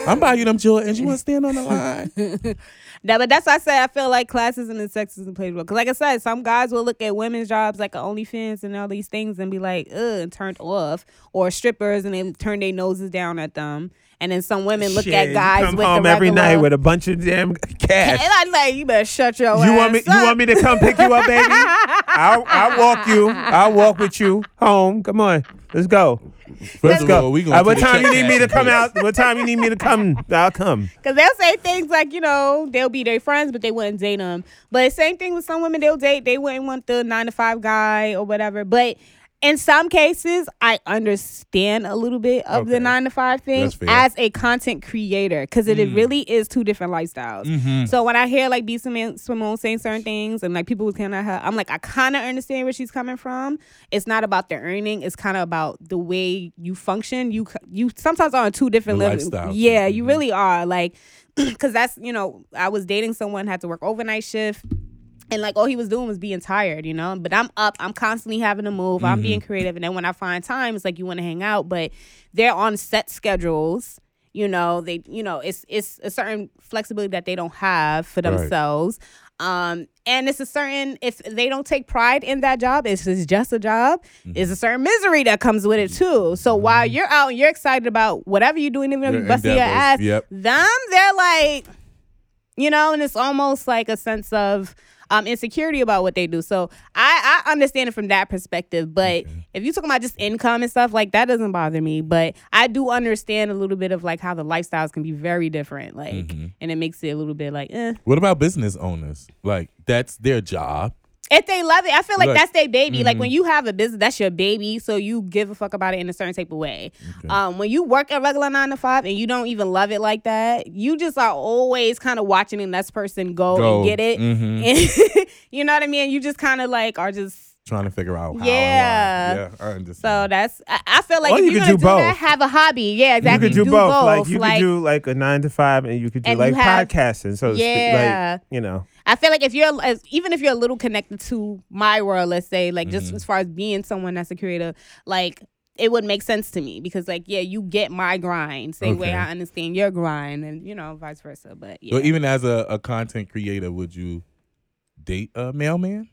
D: I'm buying you them Jordans. You want to stand on the line?
C: No, but that's why I say I feel like classism and sexism plays a role. Because, like I said, some guys will look at women's jobs like OnlyFans and all these things and be like, ugh, and turned off. Or strippers and they turn their noses down at them. And then some women look
A: Shit,
C: at
A: you
C: guys
A: come
C: with
A: home
C: the
A: every
C: regular,
A: night with a bunch of damn cash.
C: And I'm like, you better shut your
A: You
C: ass
A: want me? You
C: up.
A: want me to come pick you up, baby? I'll, I'll walk you. I'll walk with you home. Come on, let's go.
D: First
A: Let's
D: of all,
A: go.
D: we going
A: Uh, what time you need me to come out? What time you need me to come? I'll come.
C: Because they'll say things like, you know, they'll be their friends, but they wouldn't date them. But same thing with some women they'll date. They wouldn't want the nine to five guy or whatever. But in some cases, I understand a little bit of
D: Okay.
C: the nine to five thing
D: That's fair. Mm.
C: as a content creator because it, it really is two different lifestyles.
D: Mm-hmm.
C: So when I hear like B. Simone Simone saying certain things and like people who came at her, I'm like, I kind of understand where she's coming from. It's not about the earning; it's kind of about the way you function. You c- you sometimes are on two different
D: The
C: levels.
D: lifestyle.
C: Yeah, you
D: Mhm.
C: really are like because that's you know I was dating someone had to work overnight shift and like all he was doing was being tired, you know. But I'm up, I'm constantly having to move, I'm
D: Mm-hmm.
C: being creative, and then when I find time, it's like you want to hang out, but they're on set schedules. You know, they, you know, it's it's a certain flexibility that they don't have for
D: Right.
C: themselves. Um, and it's a certain if they don't take pride in that job, it's, it's just a job.
D: Mm-hmm.
C: It's a certain misery that comes with it too. So while you're out and you're excited about whatever you're doing, even though
D: Your
C: you're busting your
D: endeavors,
C: ass,
D: yep.
C: them they're like you know and it's almost like a sense of um, insecurity about what they do so i i understand it from that perspective but if you talking about just income and stuff like that doesn't bother me but i do understand a little bit of like how the lifestyles can be very different like and it makes it a little bit like eh.
D: What about business owners? Like that's their job.
C: if they love it i feel like
D: Look,
C: that's their baby like
A: Mm-hmm.
C: when you have a business that's your baby so you give a fuck about it in a certain type of way um, when you work a regular nine to five and you don't even love it like that you just are always kind of watching the next person go,
D: Go.
C: and get it
D: Mhm.
A: Mm-hmm.
C: and you know what i mean you just kind of like are just
D: Trying to figure out how
C: Yeah.
D: and why. Yeah, I
C: so
D: understand.
C: that's i, I feel like
A: Or
C: if
A: you
C: you're
A: could
C: gonna
A: do
C: do that
A: both.
C: have a hobby yeah
A: You
C: exactly
A: could do, both. Like you could do like a nine to five, and you could do
C: And
A: like
C: you have-
A: podcasting. So to
C: Yeah.
A: speak, like you know,
C: I feel like if you're as, even if you're a little connected to my world, let's say, like
A: Mm-hmm.
C: just as far as being someone that's a creator, like it would make sense to me because like yeah, you get my grind same way
D: Okay.
C: I understand your grind, and you know vice versa. But yeah,
D: But even as a, a content creator, would you date a mailman?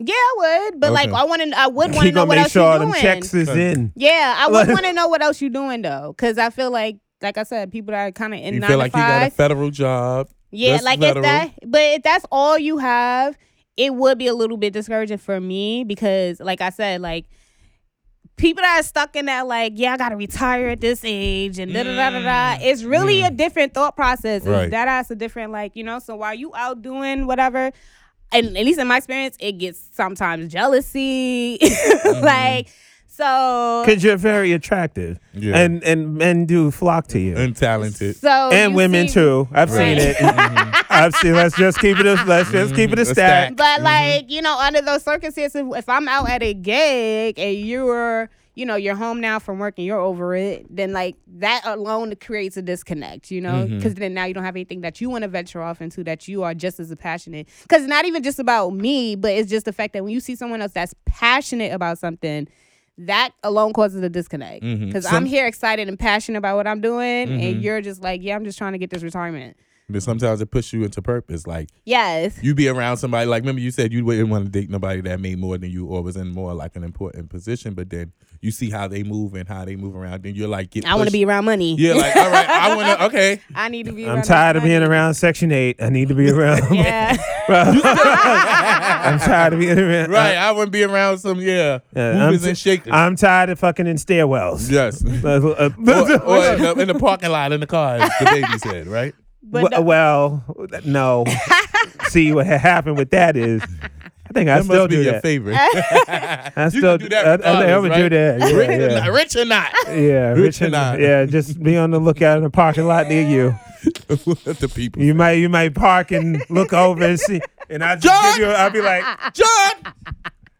C: yeah, I would, but like
D: Okay.
C: I want to, I would want
A: he
C: to know
A: gonna
C: what
A: make
C: else
A: sure all
C: you're
A: them
C: doing.
A: checks is
D: Okay.
A: in.
C: Yeah, I would
A: Like-
C: want to know what else you're doing though, because I feel like. Like I said, people that are kind of in
D: you
C: nine
D: feel
C: to
D: like you
C: five,
D: got a federal job.
C: Yeah,
D: That's
C: like
D: lateral.
C: if that, but if that's all you have, it would be a little bit discouraging for me because, like I said, like people that are stuck in that, like, yeah, I gotta retire at this age and da da da da da. It's really a different thought process.
D: Right.
C: It's That ass a different, like, you know. So while you out doing whatever, and at least in my experience, it gets sometimes jealousy, like. So
A: Cause you're very attractive,
D: Yeah.
A: and and men do flock to you, and,
D: And talented.
C: so Oh, you
A: women
C: see-
A: too. I've
C: Right. Mm-hmm.
A: seen it. I've seen. Let's just keep it. A, let's just keep it a
D: A
A: stack.
D: stack.
C: But like, you know, under those circumstances, if I'm out at a gig and you're, you know, you're home now from work and you're over it, then like that alone creates a disconnect, you know, because then now you don't have anything that you want to venture off into that you are just as passionate. Because it's not even just about me, but it's just the fact that when you see someone else that's passionate about something. That alone causes a disconnect
D: Mhm.
C: because
D: Some-
C: I'm here excited and passionate about what I'm doing, and you're just like, yeah, I'm just trying to get this retirement.
D: But sometimes it puts you into purpose. Like
C: Yes,
D: you be around somebody. Like remember you said you wouldn't want to date nobody that made more than you or was in more like an important position. But then you see how they move and how they move around. Then you're like, get
C: I want to
D: pushed.
C: be around money.
D: Yeah, like all right, I want to. Okay,
A: Uh,
C: I need to be.
A: I'm
C: around
A: tired of
C: money.
A: being around Section Eight. I need to be around.
C: Yeah.
A: I'm tired of being around.
D: right, I want to be around some yeah,
A: Yeah,
D: movers
A: I'm-
D: and shakers.
A: I'm tired of fucking in stairwells.
D: yes. or,
A: Uh, uh,
D: or in, the, in the parking lot in the car, as the baby said, right?
C: but
A: Well,
C: no-
A: well, no. See what had happened with that is, I think I
D: That
A: still
D: must be
A: do
D: your
A: that.
D: favorite.
A: I
D: you
A: still
D: can do that.
A: I, I think I would do
D: regardless,
A: that. Yeah,
D: right? Rich, Or
A: yeah.
D: not, rich or not,
A: Yeah,
D: Rich
A: Rich
D: or
A: and
D: not.
A: yeah, just be on the lookout in a parking lot near you.
D: Let the people.
A: You might you might park and look over and see, and I just
D: John!
A: give you. I'll be like,
D: John,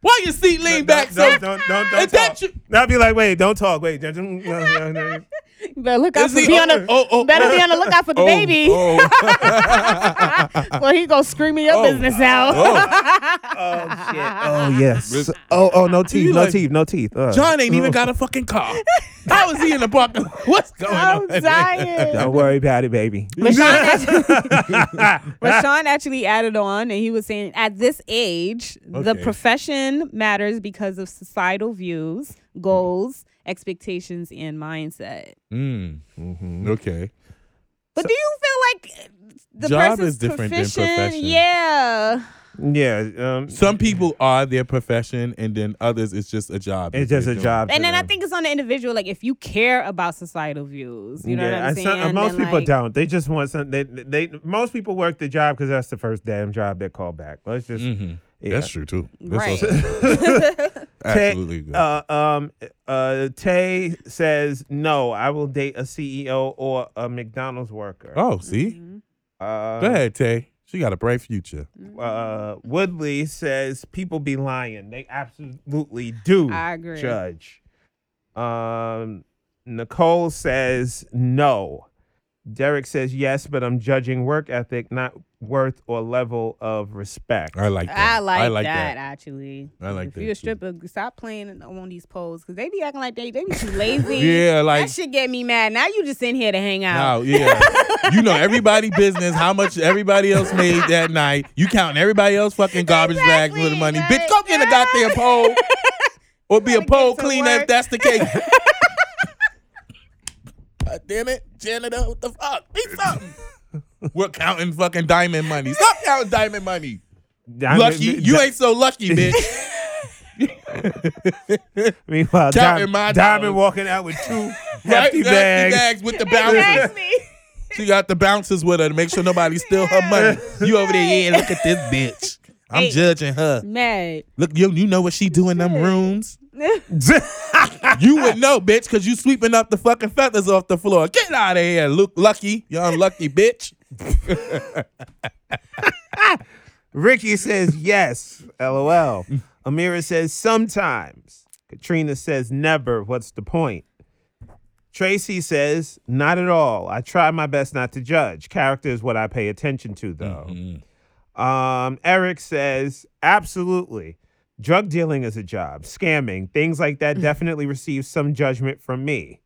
D: why your seat lean back?
A: no,
D: sir?
A: don't don't don't, don't
D: Is that
A: talk.
D: you-
A: I'll be like, wait, don't talk. Wait, don't- don't- no, no, no.
C: better look out
D: Is
C: for
D: he-
C: be on the
D: oh, oh,
C: better
D: oh,
C: be on the lookout for the
D: oh,
C: baby.
D: oh,
C: Well, he gonna screaming your
D: Oh.
C: business out.
D: oh.
A: Oh shit. Oh yes.
D: Risk-
A: Oh oh no teeth,
D: you
A: no
D: like-
A: teeth, no teeth. Uh,
D: John ain't even got a fucking car. How is he in the parking? lot? What's going
C: I'm
D: on?
C: dying.
A: Don't worry about it, baby.
C: Rashawn actually added on, and he was saying, at this age, the
D: Okay.
C: profession matters because of societal views,
D: Mm-hmm.
C: goals, expectations, and mindset.
D: Mm. Okay.
C: But do you feel like the
D: Job
C: person's
D: is different than
C: proficient?
D: profession.
C: Yeah.
A: yeah. Um,
D: Some people are their profession, and then others it's just a job.
A: it's
D: that
A: just
D: they're
A: a
D: doing.
A: job.
C: And
A: to
C: then I
A: them.
C: think it's on the individual. Like if you care about societal views, you know what I'm
A: and
C: saying.
A: some- and most
C: then,
A: people
C: like-
A: don't. They just want some. They, they most people work the job because Mm, that's the first damn job they call back. Let's just.
D: Mhm.
A: yeah.
D: That's true too. That's
C: Right.
D: also- Absolutely.
A: Tay, uh, um, uh, Tay says, no, I will date a CEO or a McDonald's worker.
D: oh, see?
A: Uh,
D: Go ahead, Tay. She got a bright future.
A: Uh, Woodley says, people be lying. They absolutely do.
C: I agree.
A: Judge. Um, Nicole says, no. Derek says, yes, but I'm judging work ethic, not worth or level of respect.
D: I like that.
C: I like, that, actually.
D: I like
C: if
D: that,
C: you a
D: too.
C: stripper, stop playing on these poles because they be acting like they they be too lazy.
D: Yeah, like
C: that should get me mad. Now you just in here to hang out.
D: now, yeah. you know everybody business, how much everybody else made that night. You counting everybody else fucking garbage bags
C: Exactly,
D: with the money.
C: right.
D: Bitch, go get a goddamn pole. Or be a
C: Gotta get
D: pole
C: to
D: cleaner if
C: work.
D: that's the case. God damn it, janitor, what the fuck? Be something. We're counting fucking diamond money. Stop counting diamond money.
A: Diamond-
D: Lucky, you ain't so lucky, bitch.
A: Meanwhile,
D: Counting
A: Diamond,
D: my dollars.
A: Diamond walking out with two hefty
D: Right?
A: bags.
D: bags with the
C: Ask
D: bouncers.
C: me.
D: She got the bouncers with her to make sure nobody steal her money. You over there, yeah, look at this bitch. I'm
C: Hey.
D: judging her.
C: Mad.
D: Look, you, you know what she do in them rooms. You would know, bitch, because you sweeping up the fucking feathers off the floor. Get out of here, Luke Lucky. You unlucky bitch.
A: Ricky says yes. LOL. Amira says sometimes. Katrina says never. What's the point? Tracy says not at all. I try my best not to judge. Character is what I pay attention to, though. Um, Eric says absolutely. Drug dealing is a job. Scamming, things like that, definitely receive some judgment from me.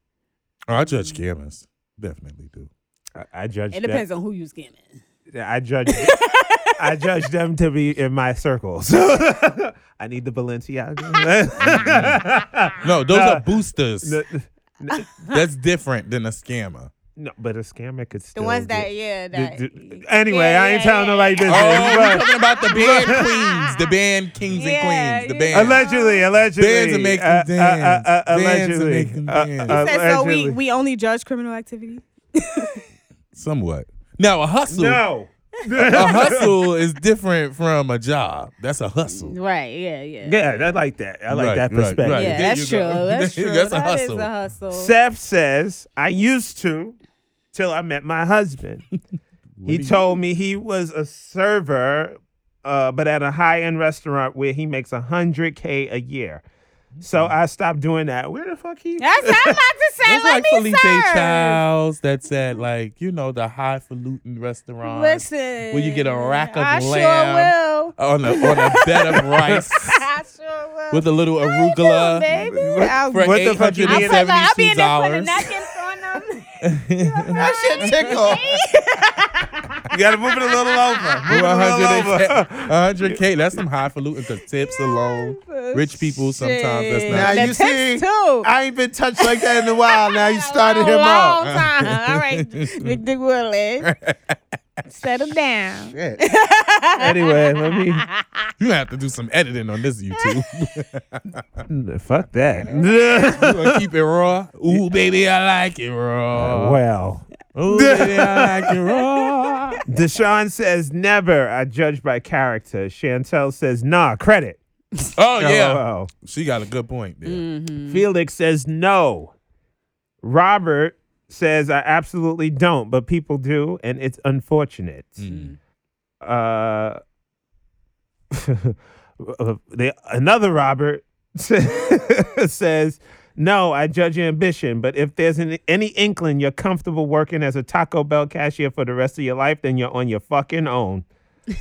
D: Oh, I judge scammers. Definitely do.
A: I, I judge.
C: It
A: that-
C: depends on who you scamming.
A: I judge I judge them to be in my circles. I need the Balenciaga.
C: Mm-hmm.
D: No, those
A: Nah.
D: are boosters.
A: no,
D: That's different than a scammer.
A: no, but a scammer could
C: The
A: still.
C: ones
A: get-
C: that, yeah, that.
A: d- d- anyway, I ain't telling nobody
D: Oh,
A: this.
D: we're
A: Right.
D: talking about the band queens, the band kings
C: Yeah,
D: and queens, the
C: yeah.
D: band.
A: Allegedly, allegedly. uh,
D: Bands will make them dance. Bands will
A: allegedly.
D: make them
A: Uh,
D: dance.
A: uh,
D: You
C: Said, so we,
A: allegedly.
C: we only judge criminal activity.
D: Somewhat. Now a hustle,
A: no.
D: a hustle is different from a job. That's a hustle.
C: Right, yeah, yeah.
A: Yeah, I like that. I like
D: Right,
A: that
D: right,
A: perspective.
D: right. There
C: Yeah, that's
D: you
C: true.
D: go.
C: That's true.
D: That's a
C: That is
D: hustle.
C: a hustle.
A: Seth says, I used to till I met my husband. he told me he was a server, uh, but at a high end restaurant where he makes 100K a year. So I stopped doing that. Where the fuck he?
C: That's what I'm about to say.
D: That's
C: Let
D: like
C: me
D: Felipe
C: serve.
D: Childs that's at like, you know, the highfalutin restaurant.
C: Listen.
D: Will you get a rack of
C: I
D: lamb?
C: sure will.
D: On a, on a bed of rice
C: I sure will.
D: with a little
C: How you doing,
D: arugula
C: baby? I'll-
D: for
A: What
D: eight
A: the fuck you
D: hundred
A: did?
D: and
A: I'll
C: put, like, I'll be
D: seventy-two
C: in there putting
D: dollars.
C: napkins on them.
D: That shit tickle.
A: You gotta move it a little over. Move it a little over.
D: 100 k. That's some highfalutin. The tips alone, rich people sometimes that's
C: Shit.
D: not.
A: Now
C: The
A: you
C: tips,
A: see,
C: too.
A: I ain't been touched like that in a while. Now you started
C: long,
A: him
C: long
A: off.
C: time. All right, Dick Dick Willie. Settle down.
A: Anyway, let me.
D: You have to do some editing on this YouTube.
A: Fuck that.
D: you gonna keep it raw. Ooh, baby, I like it
A: Uh,
D: raw.
A: well.
D: Ooh, baby, I like it raw.
A: Deshaun says never. I judge by character. Chantel says nah. Credit.
D: Oh yeah,
A: LOL.
D: she got a good point there.
C: Mm.
A: Felix says no. Robert says I absolutely don't, but people do, and it's unfortunate. Uh, uh, the, another Robert says no. I judge your ambition, but if there's an, any inkling you're comfortable working as a Taco Bell cashier for the rest of your life, then you're on your fucking own.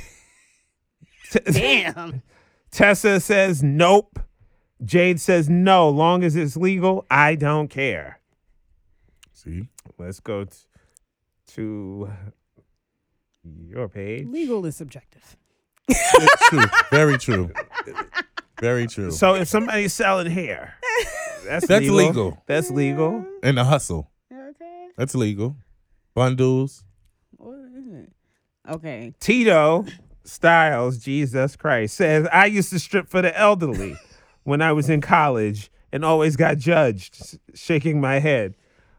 C: Damn.
A: Tessa says nope. Jade says no. Long as it's legal, I don't care.
D: See,
A: Let's go t- to your page.
C: Legal is subjective.
D: it's true. Very true. Very true.
A: So if somebody's selling hair, that's,
D: That's
A: legal.
D: legal.
A: That's legal.
D: and the hustle,
C: Okay.
D: that's legal. Bundles.
C: What is it? Okay.
A: Tito Styles, Jesus Christ, says I used to strip for the elderly when I was in college and always got judged, s- shaking my head.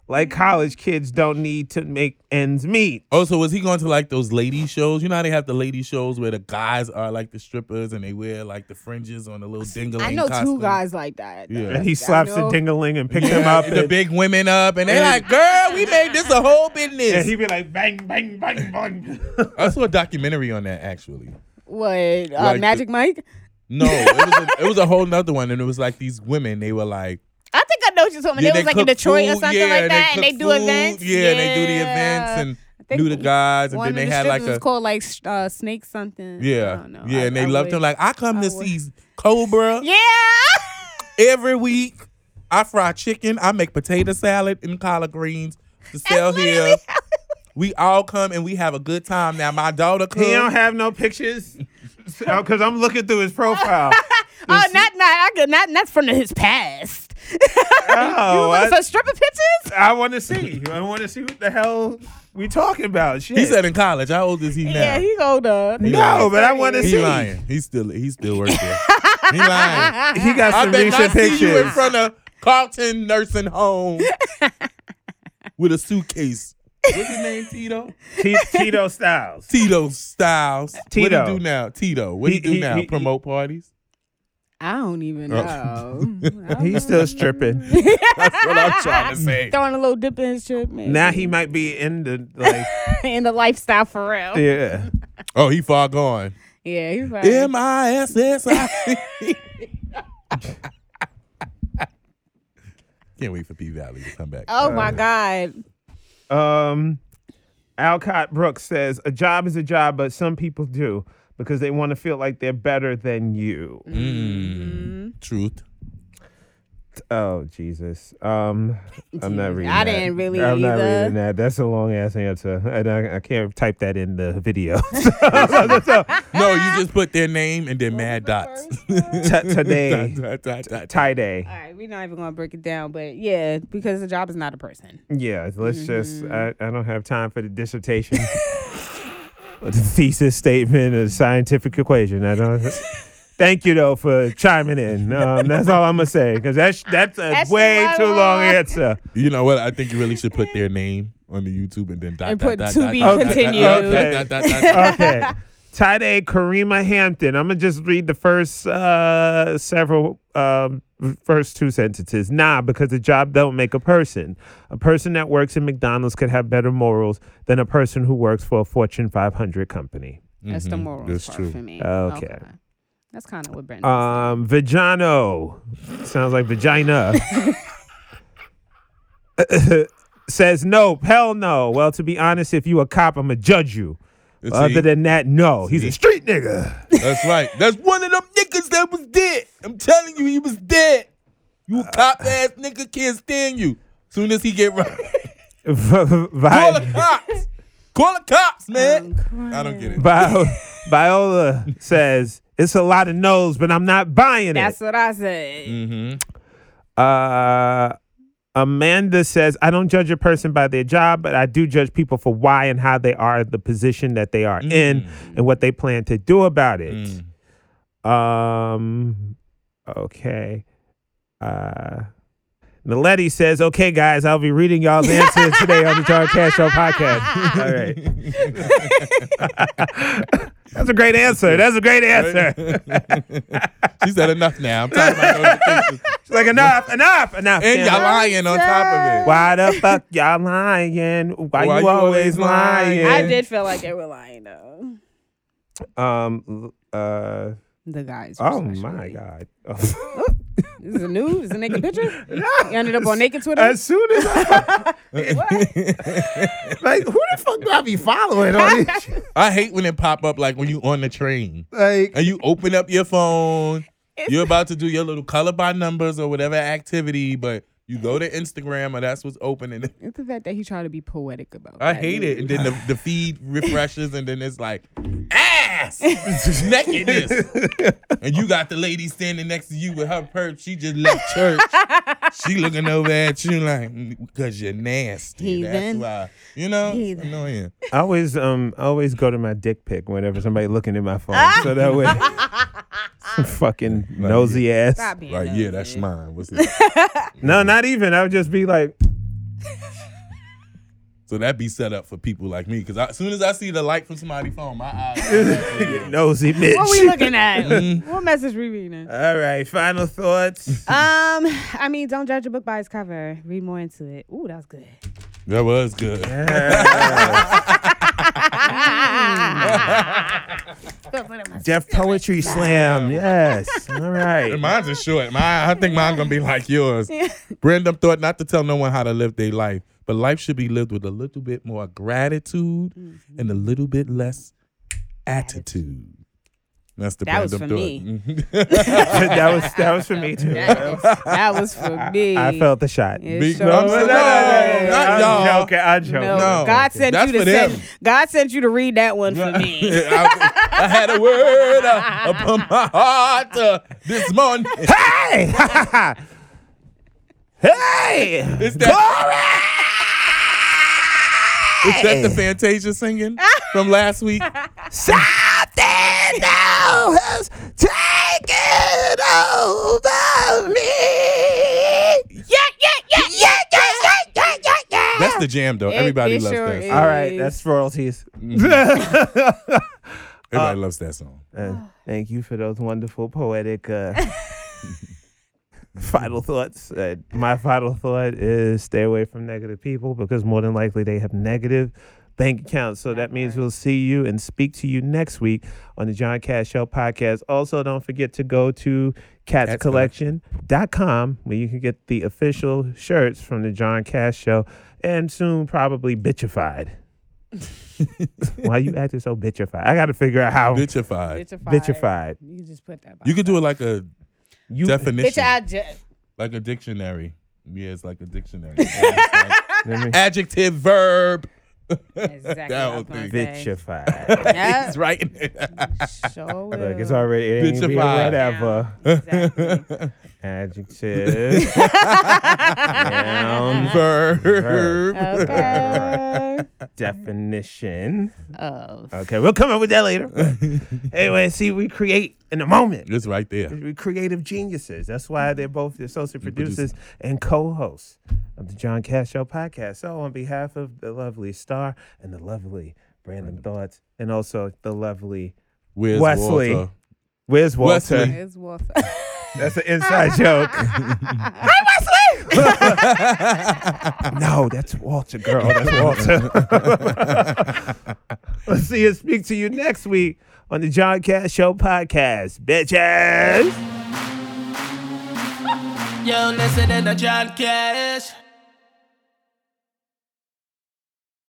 A: like college kids don't need to make ends meet.
D: Also, Oh, was he going to like those lady shows? You know how they have the lady shows where the guys are like the strippers and they wear like the fringes on the little dingling.
C: I know
D: costume.
C: two guys like that.
D: Yeah.
A: And he slaps the
C: know.
A: dingaling and picks
D: Yeah,
A: him up.
D: and the
A: And,
D: big women up, and they like, "Girl, we made this a whole business."
A: and he be like, bang, bang, bang, bang.
D: I saw a documentary on that actually.
C: What uh,
D: Like the-
C: Magic Mike?
D: No, it was a, it was a whole nother one, and it was like these women. They were like,
C: I think I know what you're talking about.
D: yeah,
C: they was like in
D: cook
C: Detroit or
D: food,
C: something
D: yeah,
C: like that, and
D: cook
C: they do
D: food,
C: events.
D: Yeah, they do the events
C: I
D: and knew the
C: think
D: guys, and
C: One
D: then
C: of
D: they
C: the
D: had like
C: strippers
D: a
C: was called like sh- uh, Snake something. I
D: yeah,
C: don't know.
D: yeah,
C: Oh, I-
D: and they
C: I
D: loved
C: would-
D: him. Like I come
C: I
D: to
C: would-
D: see Cobra
C: yeah.
D: every week. I fry chicken. I make potato salad and collard greens to sell here. We all come and we have a good time. Now my daughter
A: He don't
D: cooks.
A: have no pictures because I'm looking through his profile.
C: oh, not not I could not that's from his past.
A: Oh,
C: What,
A: I,
C: so stripper pictures?
A: I want to see. I want to see what the hell we talking about. Shit.
D: He said in college. How old is he now?
C: Yeah, he's older.
D: He
A: no,
D: lying.
A: but I want to
D: He
A: see.
D: lying. He still he still works there. he lying.
A: He got
D: I
A: some
D: bet I
A: recent
D: see you in
A: pictures.
D: front of Carlton Nursing Home with a suitcase. What's his name? Tito.
A: T- Tito Styles.
D: Tito Styles. What
A: Tito.
D: do you do now? Tito. What do
A: He-
D: you do
A: he-
D: now?
A: he-
D: Promote parties.
C: I don't even
D: Oh.
C: know.
A: He's still stripping.
D: That's what I'm trying to say.
C: Throwing a little dip in his chip, man.
A: Now he might be in the like.
C: in the lifestyle for real. Yeah,
A: Yeah.
D: Oh, he far gone.
C: he's like,
D: M I S S I. Can't wait for P Valley to come back.
C: oh my god.
A: Um, Alcott Brooks says a job is a job, but some people do because they want to feel like they're better than you.
C: Mm. Mm-hmm.
D: Mm, Truth.
A: Oh Jesus. Um, I'm not reading.
C: I
A: that.
C: didn't really
A: I'm not
C: either.
A: reading that. That's a long ass answer, and I, I can't type that in the video. So- so-
D: No,
C: Ah.
D: you just put their name and then mad dots.
A: so, t- today,
D: Dot, dot, dot, dot.
A: tie day.
C: All right, we're not even gonna break it down, but yeah, because the job is not a person.
A: Yeah, let's just. I, I don't have time for the dissertation, or the thesis statement, or the scientific equation. I don't. Thank you though for chiming in. Um, that's all I'm gonna say because that's that's a
C: That's
A: way
C: too
A: too
C: long.
A: long answer.
D: You know what? I think you really should put their name on the YouTube and then dot,
C: And
D: dot,
C: put
D: dot,
C: to
D: dot,
C: be
D: dot, dot,
C: continued.
D: dot, dot, dot, dot, dot,
A: Okay.
D: dot.
A: Today, Karima Hampton. I'm gonna just read the first uh, several um, first two sentences. Nah, because a job don't make a person. A person that works in McDonald's could have better morals than a person who works for a Fortune 500 company.
C: That's the moral
D: Mm-hmm. that's
C: part
D: true. Uh,
C: for me.
A: Okay.
C: That's kind of what Brandon.
A: Um, Vagino. Sounds like vagina. Says no, hell no. Well, to be honest, if you a cop, I'ma judge you.
D: See,
A: Other than that, no. He's a street nigga.
D: that's right. That's one of them niggas that was dead. I'm telling you, he was dead. You cop ass nigga can't stand you. Soon as he get right, call the
A: Vi-
D: cops. Call the cops, man. Um, I don't get it.
A: Vi- Viola says it's a lot of no's, but I'm not buying
C: That's
A: it.
C: what I said.
D: Mm-hmm.
A: Uh, Amanda says I don't judge a person by their job, but I do judge people for why and how they are in the position that they are in and what they plan to do about it.
D: Mm.
A: Um, okay. Uh, Naledi says, okay, guys, I'll be reading y'all's answers today on the John Cash Show podcast. All right. That's a great answer. That's a great answer.
D: she said enough now. I'm tired of my notifications.
A: She's like, enough, enough, enough.
D: And y'all lying on top of it.
A: Why the fuck y'all lying? Why,
D: Why
A: you, always lying?
C: I
D: Yeah.
C: did feel like they were lying though.
A: Um, uh,
C: The guys.
A: oh
C: especially.
A: my God.
C: This is a nude. This is a naked picture. You ended up on naked Twitter.
A: As soon as I, like, who the fuck do I be following on this? shit?
D: I hate when it pop up like when you on the train
A: Like,
D: and you open up your phone. You're about to do your little color by numbers or whatever activity, but you go to Instagram or that's what's open. And
C: it's the fact that he tried to be poetic about.
D: I
C: that.
D: hate it. And then the, the feed refreshes and then it's like ass nakedness. and you got the lady standing next to you with her perp. She just left church. she looking over at you like because you're nasty.
C: Heathen.
D: That's why. You know, it's
C: Heathen.
D: annoying.
A: I always um I always go to my dick pic whenever somebody looking at my phone, so that way some fucking nosy ass.
C: Stop being
D: Like
C: nosy.
D: yeah, that's mine. What's it?
A: No, not even. I would just be like,
D: So that be set up for people like me because as soon as I see the light from somebody's phone, my eyes.
A: Nosy bitch.
C: What we looking
D: Mm-hmm.
C: at? what message we reading?
D: Uh,
A: All right, final thoughts.
C: Um, I mean, don't judge a book by its cover. Read more into it. Ooh, that was good.
D: that was good.
A: Jeff Poetry Slam. Yes. All right.
D: And mine's are short. My, I think mine's gonna be like yours. Brandon thought not to tell no one how to live their life, but life should be lived with a little bit more gratitude
C: Mm-hmm.
D: and a little bit less attitude. That's the Mm-hmm.
C: That was
D: Brandon
C: for
D: Thornton.
A: that was that was for me too.
C: That was, that was for me.
A: I felt the shot.
C: It
D: Big
C: sure
D: numbers.
C: was.
D: No, not
A: I'm
D: y'all.
A: joking. I'm joking.
C: No,
D: No.
C: God sent
D: That's
C: you to
D: for them.
C: send, God sent you to read that one for me.
D: I, I had a word uh, upon my heart uh, this morning.
A: Hey! hey!
D: Is that, is that the Fantasia singing from last week?
A: Something now has taken over me. Yeah, yeah, yeah, yeah, yeah, yeah, yeah, yeah, yeah.
D: That's the jam, though.
C: It-
D: Everybody
C: it
D: loves
C: sure
D: that.
C: is.
D: Song.
A: All right, that's royalties.
D: Everybody loves that song.
A: Uh, thank you for those wonderful poetic uh, final thoughts. Uh, my final thought is stay away from negative people because more than likely they have negative bank accounts. So that means we'll see you and speak to you next week on the John Cash Show podcast. Also, don't forget to go to catscollection.com where you can get the official shirts from the John Cash Show and soon probably bitchified. Why you acting so bitchified? I got to figure out how
D: Bitchified.
A: bitchified.
C: You can just put that. by
D: You could do it like a
A: You
C: Bitch,
D: definition,
C: I just.
D: like a dictionary. Yeah, it's like a dictionary. It's like adjective, verb.
C: Exactly.
D: That
C: what I
D: would
C: was
D: be-
C: gonna say.
A: bitchified.
C: Yeah.
D: It's right. in-
C: Sure
A: Look, it's
C: will.
A: already it ain't being
D: Bitchified.
A: whatever
C: Exactly.
A: adjective. noun,
D: verb.
C: Okay.
A: definition.
C: oh.
A: Okay, we'll come up with that later. anyway, see, we create in the moment.
D: It's right there.
A: We're creative geniuses. That's why they're both the associate producers and co-hosts of the John Cash Show podcast. So, on behalf of the lovely Star and the lovely Brandon Thoughts, and also the lovely
D: Where's
A: Wesley.
D: Walter?
A: Where's Walter?
D: Wesley.
C: It's worth
A: That's an inside joke. no, that's Walter, girl. That's Walter. We'll see and speak to you next week on the John Cash Show podcast, bitches.
B: You listening to John Cash?